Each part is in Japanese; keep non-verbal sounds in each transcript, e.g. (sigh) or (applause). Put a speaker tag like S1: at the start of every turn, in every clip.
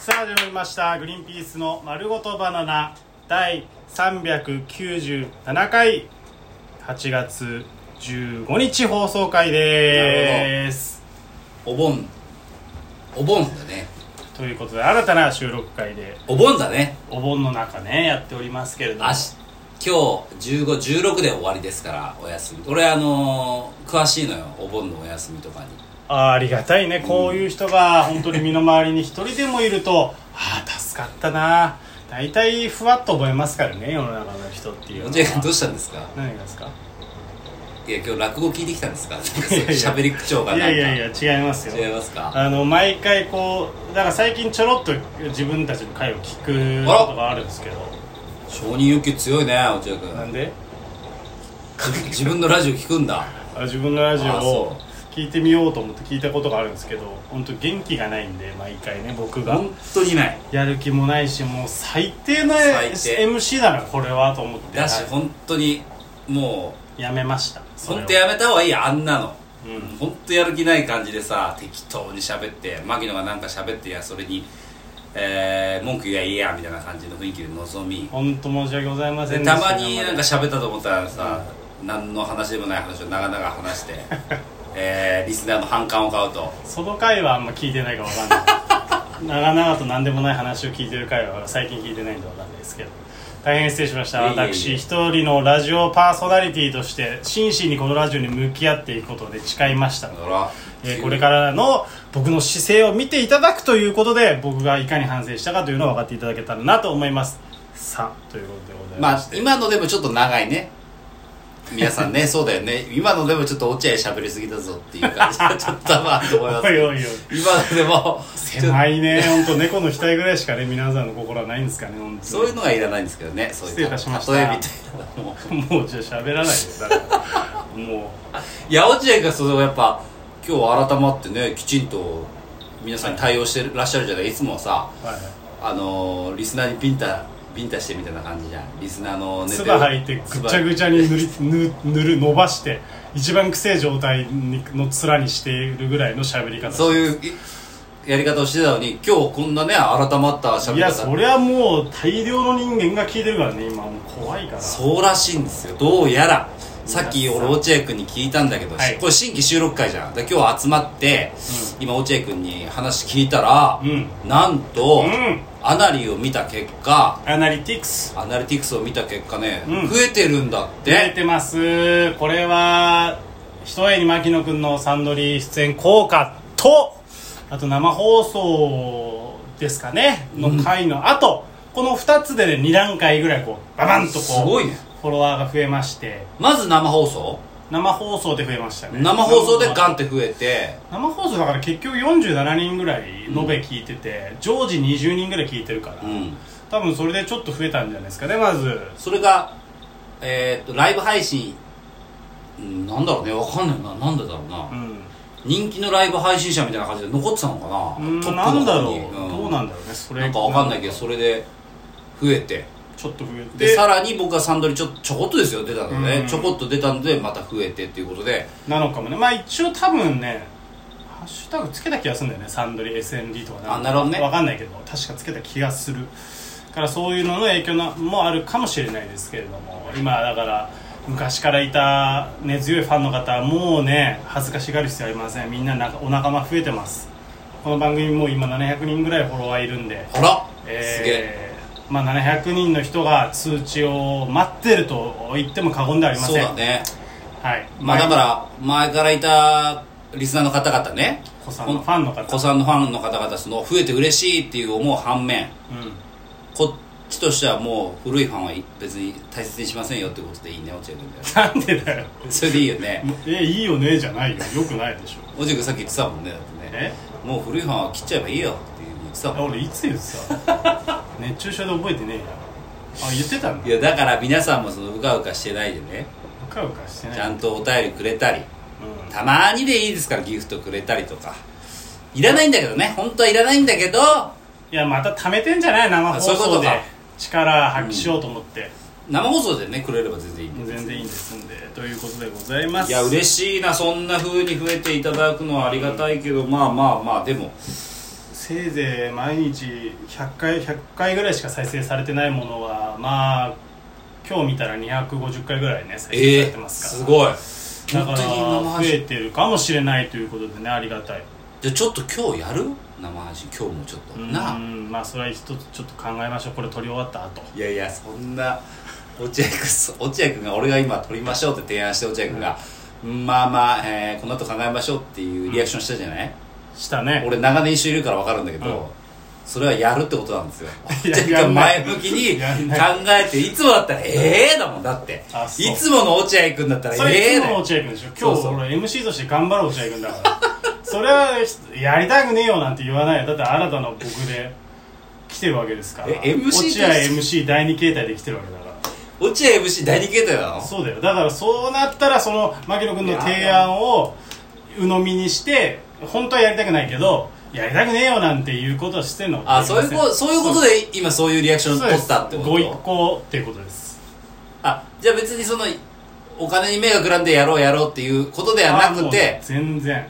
S1: 始まりましたグリーンピースの丸ごとバナナ第397回8月15日放送回です
S2: お盆お盆だね
S1: ということで新たな収録会で
S2: お盆だね
S1: お盆の中ねやっておりますけれども
S2: 明日今日1516で終わりですからお休み俺あのー詳しいのよお盆のお休みとかに
S1: あーありがたいねこういう人が本当に身の回りに一人でもいるとああ助かったな大体ふわっと覚えますからね世の中の人っていうの
S2: 落合君どう
S1: は
S2: したんですか
S1: 何がですか
S2: いや今日落語聞いてきたんですかなんか
S1: いやいや
S2: 喋り口調がなん
S1: い
S2: か
S1: やいやいや違いますよ
S2: 違いますか
S1: あの毎回こうだから最近ちょろっと自分たちの回を聞く
S2: あら
S1: ことがあるんですけど
S2: 承認欲求強いね落合君
S1: なんで
S2: 自自分のラジオ聞くんだ
S1: あ自分のラジオ
S2: あ
S1: を
S2: そ
S1: 聞いてみようと思って聞いたことがあるんですけど本当元気がないんで毎回ね僕が
S2: 本当にない
S1: やる気もないしもう最低な
S2: 最低
S1: MC だなこれはと思って
S2: だし
S1: はい
S2: 本当にも
S1: やめました
S2: う
S1: それを
S2: 本当やめた方がいいよあんなの
S1: うん
S2: 本当やる気ない感じでさ適当に喋って牧野がなんか喋っていやそれに、えー文句言やいいやみたいな感じの雰囲気で臨み
S1: 本当申し訳ございませ
S2: で
S1: んでした
S2: まになんか喋ったと思ったらさ、何の話でもない話を長々話して、えーリスナーの反感を買うと
S1: その回はあんま聞いてないかわかんない長々と何でもない話を聞いてる回は最近聞いてないんでわかんないですけど大変失礼しました
S2: いえいえいえ
S1: 私一人のラジオパーソナリティとして真摯にこのラジオに向き合っていくことで誓いました
S2: だから、
S1: えーこれからの僕の姿勢を見ていただくということで僕がいかに反省したかというのを分かっていただけたらなと思いますさあということでござい
S2: ま
S1: ま
S2: あ
S1: して、
S2: 今のでもちょっと長いね皆
S1: (laughs)
S2: さんねそうだよね今のでもちょっと落合喋りすぎだぞっていう感じがちょっとまあと思いま
S1: (laughs)
S2: す
S1: おいおいおい
S2: 今のでもちょっと
S1: 狭いね本当猫の額ぐらいしかね皆さんの心はないんですかね本当に
S2: そういうのがいらないんですけどねそういう
S1: 失礼いたしました
S2: 例えみたいなのも
S1: もうじゃあ喋らないですだからも
S2: いや落合がそのやっぱ今日改まってねきちんと皆さんに対応してらっしゃるじゃないいつもさ
S1: う、は
S2: あのーリスナーにビンタビンタしてみたいな感じじゃんリスナーの
S1: い、
S2: ネ
S1: 唾
S2: タを
S1: 吐いてぐちゃぐちゃに塗りぬ塗る伸ばして一番くせえ状態にの面にしているぐらいの喋り方
S2: そういういやり方をしてたのに今日こんなね改まった喋
S1: い
S2: り
S1: や
S2: 方
S1: そりゃもう大量の人間が聞いてるからね今もう怖いから
S2: そうらしいんですよどうやらさっき
S1: 皆さ
S2: 俺
S1: ん
S2: 落合君に聞いたんだけど、
S1: はい
S2: これ新規収録会じゃんで今日集まって、今落合君に話聞いたら、
S1: うん
S2: なんと、
S1: うん
S2: アナリを見た結果
S1: アナリティクス
S2: アナリティクスを見た結果ね、
S1: うん
S2: 増えてるんだっ
S1: 出れ
S2: て
S1: てますこれはひとえに牧野くんのサンドリー出演効果とあと生放送ですかねの回の後、この2つでね2段階ぐらいこうババンとこう
S2: すごいね
S1: フォロワーが増えまして
S2: まず生放送
S1: 生放送で増えましたね
S2: 生放送でガン
S1: ン
S2: って増えて
S1: 生放送だから結局47人ぐらい延べ聞いてて、常時20人ぐらい聞いてるから、
S2: うん
S1: 多分それでちょっと増えたんじゃないですかねまず
S2: それがえーっとライブ配信うんなんだろうねわかんないななんでだろうな、
S1: うん
S2: 人気のライブ配信者みたいな感じで残ってたのかな、
S1: うん
S2: トップの
S1: な
S2: 方に
S1: んだろう、
S2: ん
S1: どうなんだろうねそれ
S2: なんかわかんないけどそれで増えて
S1: ちょっと増え
S2: で
S1: て
S2: さらに僕はサンドリちょちょこっとですよ出たので、
S1: うん
S2: ちょこっと出たのでまた増えてっていうことで
S1: なのかもねまあ一応多分ねハッシュタグつけた気がするんだよねサンドリ SND とか
S2: あなるほどね
S1: わかんないけど確かつけた気がするだからそういうのの影響なもあるかもしれないですけれども今だから昔からいた根強いファンの方はもうね恥ずかしがる必要ありませんみんななんかお仲間増えてますこの番組もう今700人ぐらいフォロワーいるんで
S2: あら、すげえ
S1: えーまあ、700人の人が通知を待ってると言っても過言ではありま
S2: そう
S1: せん
S2: だね
S1: はい
S2: まあだから前からいたリスナーの方々ね
S1: 子さんのファンの方
S2: 子さんのファンの方々その増えて嬉しいっていう思う反
S1: う
S2: 面
S1: ん
S2: こっちとしてはもう古いファンは別に大切にしませんよってことでいいね落合君だよ
S1: なんでだよ
S2: それでいいよね
S1: えいいよねじゃないよよくないでしょ
S2: 落合君さっき言ってたもんねだってね
S1: え
S2: もう古いファンは切っちゃえばいいよっていうふうに言ってたもん
S1: 俺いつ言ってた
S2: (laughs)
S1: 熱中症で覚えてねえやあ言ってたの
S2: いやだから皆さんもそのうかうかしてないでね
S1: うかうかしてない
S2: ちゃんとお便りくれたり
S1: う
S2: たまにでいいですからギフトくれたりとかいらないんだけどね本当はいらないんだけど
S1: んいやまた貯めてんじゃない生放
S2: あそういうこと
S1: 送で
S2: か
S1: 力発揮しようと思って、
S2: 生放送でねくれれば全然いいんで
S1: 全然いいんですんでということでございます
S2: いや嬉しいなそんな風に増えていただくのはありがたいけどまあまあまあでも
S1: せいぜい毎日100回100回ぐらいしか再生されてないものはまあ今日見たら250回ぐらいね再生さ
S2: え
S1: れて
S2: ー、
S1: ます
S2: す
S1: から、
S2: ご
S1: だか
S2: い本当に生
S1: ら
S2: 配
S1: 増え
S2: 信
S1: てるかもしれないということでねありがたい
S2: じゃあちょっと今日やる生配信今日もちょっとな
S1: う
S2: あ
S1: んまあそれは一つちょっと考えましょうこれ撮り終わった後
S2: いやいやそんな落合君落合君が俺が今撮りましょうって提案して落合君が、まあまあ、えーこの後考えましょうっていうリアクションしたじゃない、
S1: したね
S2: 俺長年一緒にいるから分かるんだけど、
S1: うん
S2: それはやるってことなんですよ
S1: いや
S2: 落合
S1: や
S2: 君
S1: んない
S2: 前向きに考
S1: やんない
S2: えていつもだったらええだもんだって
S1: あそう
S2: いつもの落合君だったら
S1: それ
S2: え
S1: いつ
S2: え
S1: も
S2: だ
S1: の
S2: よ
S1: 落合君でしょ今
S2: そう
S1: 日
S2: そう
S1: 俺 MC として頑張る落合君だ
S2: (laughs)
S1: からそれはやりたくねえよなんて言わないよだって新たな僕で来てるわけですから
S2: え MC として
S1: 落合 MC 第二形態で来てるわけだから
S2: 落合 MC 第二形態なの
S1: そうだよだからそうなったらその牧野君の提案を鵜呑みにして本当はやりたくないけどやりたくねえよなんていうことはしてんの
S2: あそういうこそういうことで今そういうリアクションを取ったってこ
S1: ご一
S2: と
S1: 行っていうことです
S2: あじゃあ別にそのお金に目がくらんでやろうやろうっていうことではな
S1: あも
S2: く
S1: う
S2: て
S1: 全然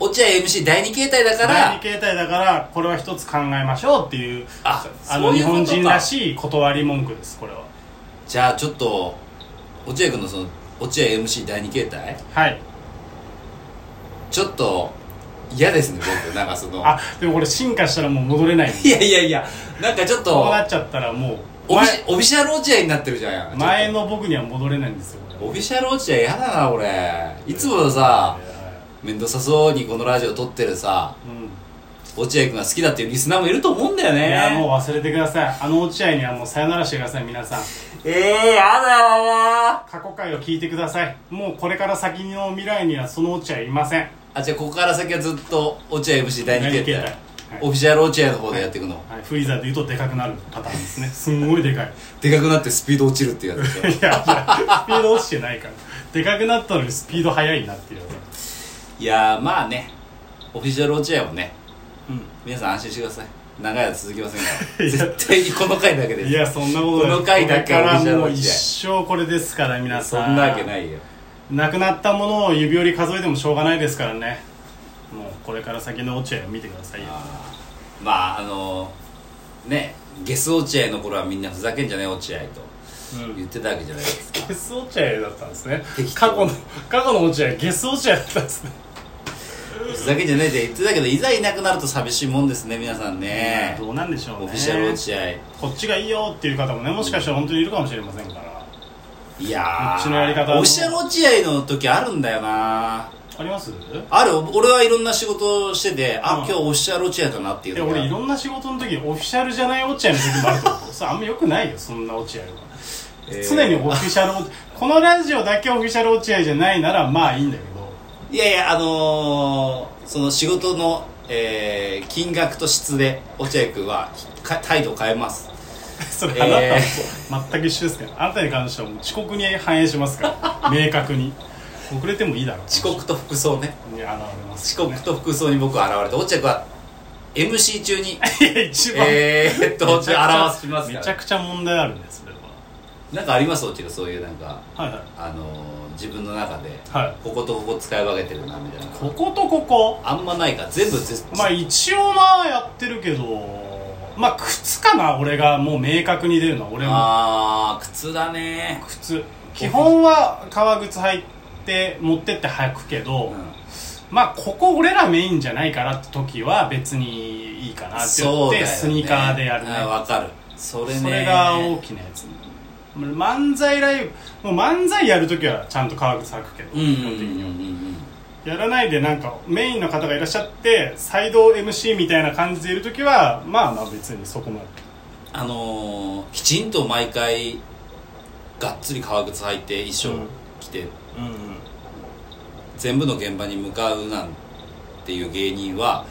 S2: 落合 MC 第二形態だ
S1: 第
S2: か
S1: 二
S2: ら
S1: 形態だからこれは一つ考えましょうっていう
S2: あ
S1: あの
S2: そうい
S1: 日
S2: うこと
S1: 本
S2: か
S1: 人らしい断り文句ですこれは
S2: じゃあちょっと落合君のその落合 MC 第二形態
S1: はい
S2: ちょっと嫌ですね僕なんかその
S1: あでもこれ進化したらもう戻れない
S2: いやいやいやなんかちょっ
S1: ことうなっちゃったらもう
S2: オ
S1: 前
S2: フィシオフィシャル落合になってるじゃん
S1: 前
S2: ちょっ
S1: の僕には戻れないんですよ
S2: とオフィシャル落合嫌だな俺いつものさ面倒さそうにこのラジオ撮ってるさ
S1: うん
S2: 落合君が好きだっていうリスナーもいると思うんだよね
S1: いやもう忘れてくださいあの落合にはもうさよならしてください皆さん
S2: ええー、やだな
S1: 過去回を聞いてくださいもうこれから先の未来にはその落合いません
S2: あじゃあここから先はずっと落合 MC
S1: 第
S2: 第2形
S1: 二
S2: 態
S1: 形態はい
S2: オフィシャル落合の方でやっていくの、
S1: はい、フリーザーで言うとでかくなるパターンですねすんごいでかい (laughs)
S2: でかくなってスピード落ちるっていうやつでしょ
S1: いやいやスピード落ちてないからでかくなったのにスピード速いなっていう
S2: (laughs) いやーまあねオフィシャル落合もね
S1: う
S2: 皆さん安心してください長い間続きませんか
S1: い
S2: ら
S1: や
S2: 絶対にこの回だけで
S1: んいやそんなことない
S2: この回だけ
S1: これか
S2: オフィシャ
S1: ら
S2: ル
S1: もう
S2: 落合
S1: 一生これですから皆
S2: そ
S1: さん
S2: んなわけないよ
S1: なくなったものを指折り数えてもしょうがないですからねもうこれから先の落合を見てくださいよ
S2: あーまああのー、ねゲス落合の頃はみんなふざけんじゃねえ落合と
S1: うん
S2: 言ってたわけじゃないですか
S1: ゲス落合だったんですね
S2: 適当
S1: 過去の過去の落合ゲス落合だったんですね
S2: ふざけんじゃねえって言ってたけどいざいなくなると寂しいもんですね皆さんね
S1: どうなんでしょうね
S2: オフィシャル落合
S1: こっちがいいよっていう方もねもしかしたら本当にいるかもしれませんから
S2: いやー
S1: うちのやり方の
S2: オフィシャル落合の時あるんだよな
S1: あります
S2: ある俺はいろんな仕事をしててあ、
S1: うん
S2: 今日オフィシャル落合だなっていう
S1: いや
S2: のが
S1: 俺いろんな仕事の時オフィシャルじゃない落合の時もあると思
S2: (laughs)
S1: うそれあんまよくないよそんな落合は、
S2: えー
S1: 常にオフィシャル落このラジオだけオフィシャル落合じゃないならまあいいんだけど (laughs)
S2: いやいやあのー、その仕事の、えー、金額と質で落合君はか態度を変えます
S1: それ
S2: えー
S1: あなたも全く一緒ですけどあなたに関してはもう遅刻に反映しますから明確に遅れてもいいだろう
S2: 遅刻と服装ね
S1: に現れます
S2: 遅刻と服装に僕は現れて落合君は MC 中に
S1: い (laughs) や一番、
S2: えーっと表します
S1: め
S2: か
S1: ちゃ
S2: ら
S1: くちゃ問題あるねそれは
S2: なんかあります落合君そういうなんか
S1: はいはい
S2: あのー、自分の中で
S1: はい
S2: こことここ使い分けてるなみたいな
S1: こことここ
S2: あんまないから全部ぜ
S1: まあ一応まあやってるけどまあ靴かな俺がもう明確に出るのは俺も
S2: あー靴だね
S1: 靴基本は革靴履いて持ってって履くけど、
S2: う
S1: まあここ俺らメインじゃないからって時は別にいいかなって言
S2: そう
S1: っ
S2: だ
S1: て
S2: よね
S1: スニーカーでやるね
S2: うんわかるそれね
S1: それが大きなやつ漫才ライブもう漫才やるときはちゃんと革靴履くけど、
S2: うんうん
S1: 基本
S2: うん
S1: 的には
S2: うん
S1: やらないでなんかメインの方がいらっしゃってサイド MC みたいな感じでいる時はまあまあ別にそこまで
S2: あのー、きちんと毎回がっつり革靴履いて衣装着て、
S1: うんうん
S2: 全部の現場に向かうなんていう芸人は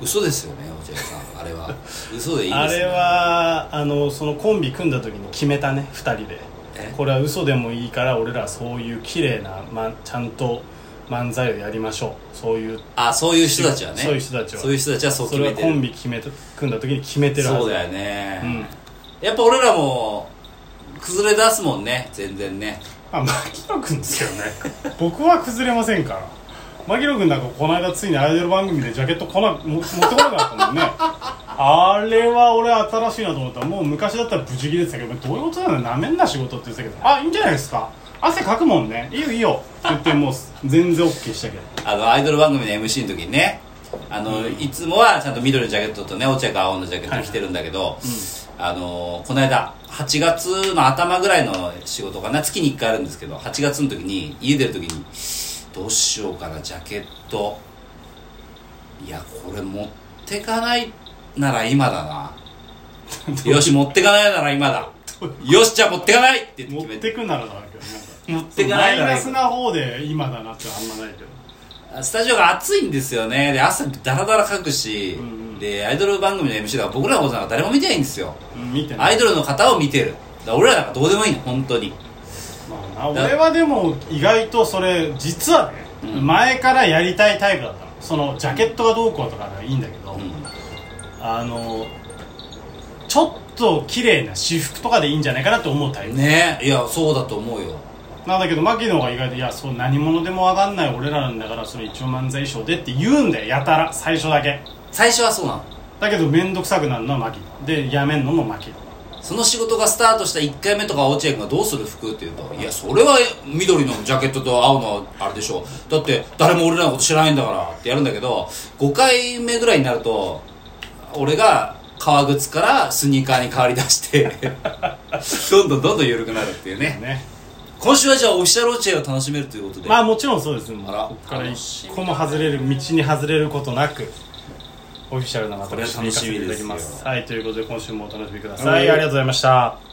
S2: 嘘ですよね落合さんあ
S1: (laughs)
S2: れは嘘でいいです、ね、
S1: あれはあのそのコンビ組んだ時に決めたね2人で
S2: え
S1: これは嘘でもいいから俺らはそういう綺麗なまちゃんと漫才をやりましょうそういう
S2: あそういう人たちはね
S1: そういう人たちは
S2: そういう人たちはそう
S1: そ
S2: 決
S1: れ
S2: め
S1: は
S2: て
S1: コ
S2: る
S1: ンビ決めた組んだ時に決めてるはず
S2: そうだよね、
S1: うん
S2: やっぱ俺らも崩れ出すもんね全然ね
S1: あ牧野君ですよね僕は崩れませんから牧野君なんかこの間ついにアイドル番組でジャケット来なも持ってこなかったもんねあれは俺新しいなと思ったもう昔だったらブチギレてたけどどういうことなのなめんな仕事って言ってたけどあいいんじゃないですか汗かくもんねいいよいいよって言ってもう全然 OK したけど
S2: あのアイドル番組の MC の時にねあの、いつもはちゃんと緑のジャケットとね落合が青のジャケット着てるんだけど、あのこの間8月の頭ぐらいの仕事かな月に1回あるんですけど8月の時に家出る時にどうしようかなジャケットいやこれ持ってかないなら今だなよし持ってかないなら今だよしじゃあ持ってかないって
S1: 持
S2: 決
S1: っ
S2: め
S1: て
S2: て
S1: くならだけどなんか
S2: 持ってかないな
S1: マイ
S2: ら
S1: ナスな方で今だなってあんまないけど
S2: スタジオが暑いんですよねで朝ダラダラ書くし、
S1: うんうん
S2: でアイドル番組の MC だから僕らのことなんか誰も見てないんですよ
S1: うん見てな
S2: ア
S1: い
S2: イドルの方を見てるだから俺らなんかどうでもいいの本当に
S1: まあな、俺はでも意外とそれ実はね、
S2: うん
S1: 前からやりたいタイプだったのそのジャケットがどうこうとかならいいんだけど、
S2: うん
S1: あのちょっと綺麗な私服とかでいいんじゃないかなと思うタイプ、
S2: ねえいやそうだと思うよ
S1: なんだけど牧野が意外と「いやそう何者でもわかんない俺らなんだからそれ一応漫才衣装で」って言うんだよやたら最初だけ
S2: 最初はそうなの
S1: だけど面倒くさくなるのは牧野でやめんのも牧野
S2: その仕事がスタートした1回目とか落合君がどうする服って言うといやそれは緑のジャケットと青のあれでしょだって誰も俺らのこと知らないんだからってやるんだけど5回目ぐらいになると俺が革靴からスニーカーに変わりだしてどんどんどんどん緩くなるっていうね
S1: ね
S2: 今週はじゃあオフィシャル落合を楽しめるということで、
S1: まあもちろんそうですね
S2: あら
S1: ここから一個も外れる道に外れることなくオフィシャルな
S2: これは楽しみですよ
S1: 私に行かせていただきますはいということで今週もお楽しみくださいありがとうございました